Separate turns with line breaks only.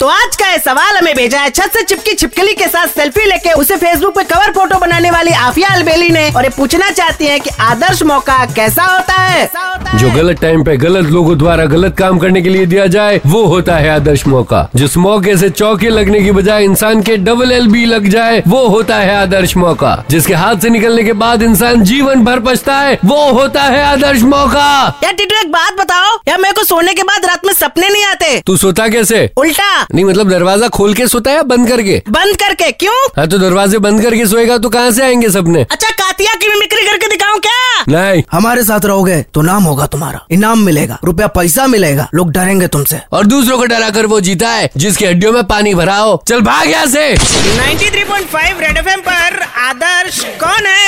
तो आज का ये सवाल हमें भेजा है छत से चिपकी छिपकली के साथ सेल्फी लेके उसे फेसबुक पे कवर फोटो बनाने वाली आफिया अलबेली ने और ये पूछना चाहती है कि आदर्श मौका कैसा होता है
जो गलत टाइम पे गलत लोगों द्वारा गलत काम करने के लिए दिया जाए वो होता है आदर्श मौका जिस मौके से चौके लगने की बजाय इंसान के डबल एल बी लग जाए वो होता है आदर्श मौका जिसके हाथ से निकलने के बाद इंसान जीवन भर पछताए वो होता है आदर्श मौका
यार टिटू एक बात बताओ यार मेरे को सोने के बाद रात में सपने नहीं आते
तू सोता कैसे
उल्टा
नहीं मतलब दरवाजा खोल के सोता है या बंद करके
बंद करके क्यों
हाँ तो दरवाजे बंद करके सोएगा तो कहाँ से आएंगे सपने
अच्छा कातिया की मिमिक्री करके दिखाऊं क्या
नहीं
हमारे साथ रहोगे तो नाम होगा तुम्हारा इनाम मिलेगा रुपया पैसा मिलेगा लोग डरेंगे तुमसे
और दूसरों को डरा कर वो जीता है जिसके हड्डियों में पानी भरा हो चल भाग यहाँ से
93.5 रेड एफएम पर आदर्श कौन है